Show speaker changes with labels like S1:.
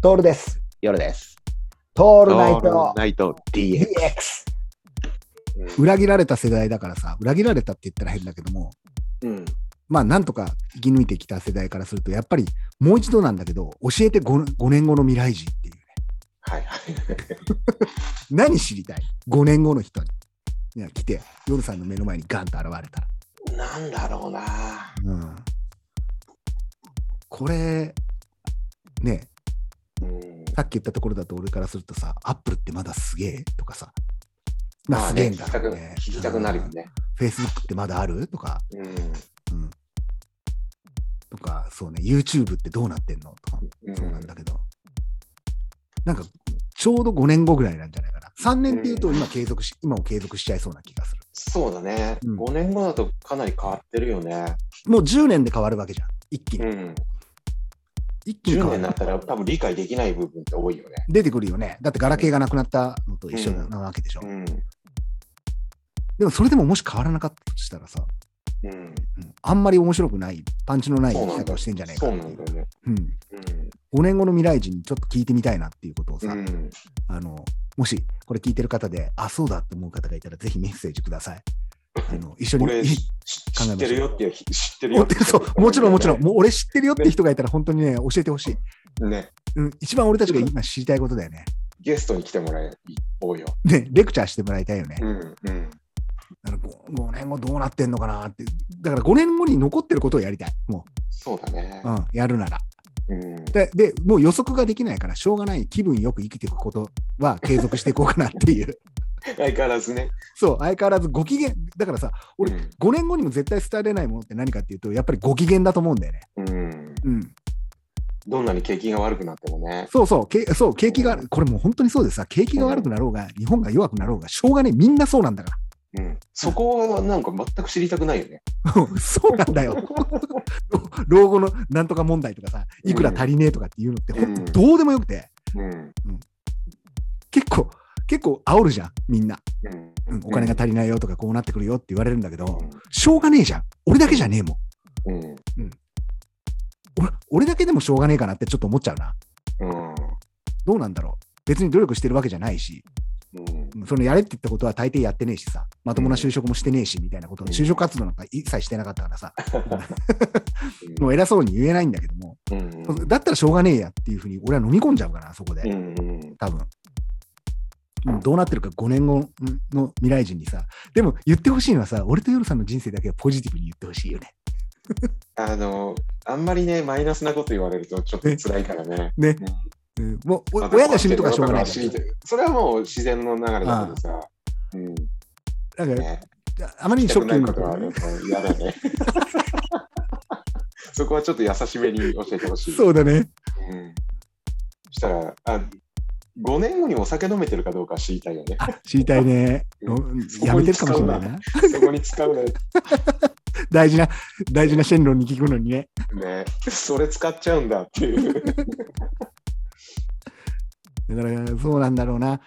S1: トールです。
S2: 夜です。
S1: ト
S2: オ
S1: ールナイト
S2: ナイト DX。
S1: DX。
S3: う
S1: 裏切られた世代だからさ、裏切られたって言ったら変だけども、
S3: んうん、
S1: まあなんとか生き抜いてきた世代からすると、やっぱりもう一度なんだけど、教えて 5, 5年後の未来人っていうね。
S3: はいはい。
S1: 何知りたい ?5 年後の人に。いや来て、夜さんの目の前にガンと現れたら。
S3: なんだろうな。
S1: うん、これ、ね
S3: うん、
S1: さっき言ったところだと俺からするとさ、アップルってまだすげえとかさ、ま
S3: ま
S1: あ
S3: あ
S1: すげ
S3: ね、
S1: えん
S3: 聞き
S1: だ
S3: た
S1: ろ
S3: く
S1: うね。
S3: 聞きたくなるよね。
S1: フェイスブックってまだあるとか、
S3: うん、
S1: うん、とか、そうね、YouTube ってどうなってんのとか、
S3: うん、
S1: そうなんだけど、なんか、ちょうど5年後ぐらいなんじゃないかな。3年っていうと、今継続し、今を継続しちゃいそうな気がする。
S3: そうだね、
S1: うん
S3: 5年後だとかなり変わってるよね。
S1: もう10年で変わるわけじゃん。一気
S3: う
S1: に。
S3: ん、
S1: 一気に
S3: 10
S1: 変
S3: 年
S1: わ
S3: にな
S1: る
S3: っ。たら多分理解できない部分って多いよね。
S1: 出てくるよね。だって、ガラケーがなくなったのと一緒なわけでしょ。
S3: うん、
S1: でも、それでももし変わらなかったとしたらさ、
S3: うん、
S1: うんあんまり面白くない、パンチのない
S3: そう
S1: 生
S3: な
S1: き
S3: ん
S1: 方
S3: だ
S1: をしてんじゃないか
S3: そう
S1: っ
S3: な
S1: てい
S3: ん
S1: う
S3: だよね。
S1: うん
S3: うん、
S1: 5年後の未来人にちょっと聞いてみたいなっていうことをさ、
S3: うん、
S1: あの、もしこれ聞いてる方で、あ、そうだって思う方がいたら、ぜひメッセージください。あ の一緒に。
S3: 俺
S1: い
S3: し知知ってるよっていう、知ってる
S1: お
S3: よ
S1: っ
S3: ってて。
S1: そうもちろんもちろん、
S3: ね。
S1: もう俺知ってるよって人がいたら、本当にね、教えてほしい、
S3: ね、
S1: うん。一番俺たちが今知りたいことだよね。
S3: ゲストに来てもらえ多いよ。
S1: ね、レクチャーしてもらいたいよね
S3: う。ん、うん、
S1: あの 5, 年後どうなってんのかなって。だから5年後に残ってることをやりたい。も
S3: そうだね
S1: う、う。ん、やるなら
S3: うん、
S1: で。で、もう予測ができないから、しょうがない気分よく生きていくことは継続していこうかなっていう。
S3: 相変わらずね。
S1: そう、相変わらずご機嫌。だからさ、俺
S3: うん
S1: 5年後にも絶対伝えれないものって何かっていうと、やっぱりご機嫌だと思うんだよね。
S3: うん、
S1: うん。
S3: どんなに景気が悪くなってもね。
S1: そうそう、けそう景気が、これもう本当にそうでさ、景気が悪くなろうが、日本が弱くなろうが、しょうがねえ、みんなそうなんだか
S3: うん、そこはなんか全く知りたくないよね。
S1: ら。 そうなんだよ。 老後のなんとか問題とかさ、いくら足りねえとかっていうのって、
S3: うん
S1: 本当どうでもよくて、
S3: うん。
S1: 結構、結構煽るじゃん、みんな。
S3: うん
S1: うんお金が足りないよとか、こうなってくるよって言われるんだけど、
S3: う
S1: しょうがねえじゃん。俺だけじゃねえもん。
S3: ん。うん。
S1: 俺俺だけでもしょうがねえかなってちょっと思っちゃうな。
S3: うん。
S1: どうなんだろう。別に努力してるわけじゃないし、
S3: うん。
S1: そのやれって言ったことは大抵やってねえしさ、まともな就職もしてねえしみたいなこと、
S3: うん
S1: 就職活動なんか一切してなかったからさ、もう偉そうに言えないんだけども、
S3: うん。
S1: だったらしょうがねえやっていうふうに、俺は飲み込んじゃうかな、そこ
S3: う
S1: で、
S3: ん。うん。
S1: 多分うんどうなってるか5年後の未来人にさ、でも言ってほしいのはさ、俺と夜さんの人生だけはポジティブに言ってほしいよね。
S3: あの、あんまりね、マイナスなこと言われるとちょっと辛いからね。
S1: ね
S3: うん。
S1: うんもうお
S3: まあ
S1: 親が死ぬとかしょうがない
S3: だ
S1: か
S3: からら知りたいそれはもう自然の流れだけどさ。うん。
S1: さ、だから
S3: ね。
S1: あまりに
S3: 知り
S1: シ
S3: た
S1: ョッキ
S3: くな
S1: ン
S3: い
S1: グ
S3: ことはね嫌だね。 そこはちょっと優しめに教えてほしい。
S1: そうだね。
S3: うんそしたら、あ5年後にお酒飲めてるかどうか知りたいよね。
S1: あ知りたいね。
S3: う
S1: うん
S3: そこに
S1: やめてるかもしれないな。
S3: そこに使うのよ
S1: 大事な、大事なシェンロンに聞くのにね。
S3: ね。それ使っちゃうんだっていう。
S1: だから、そうなんだろうな。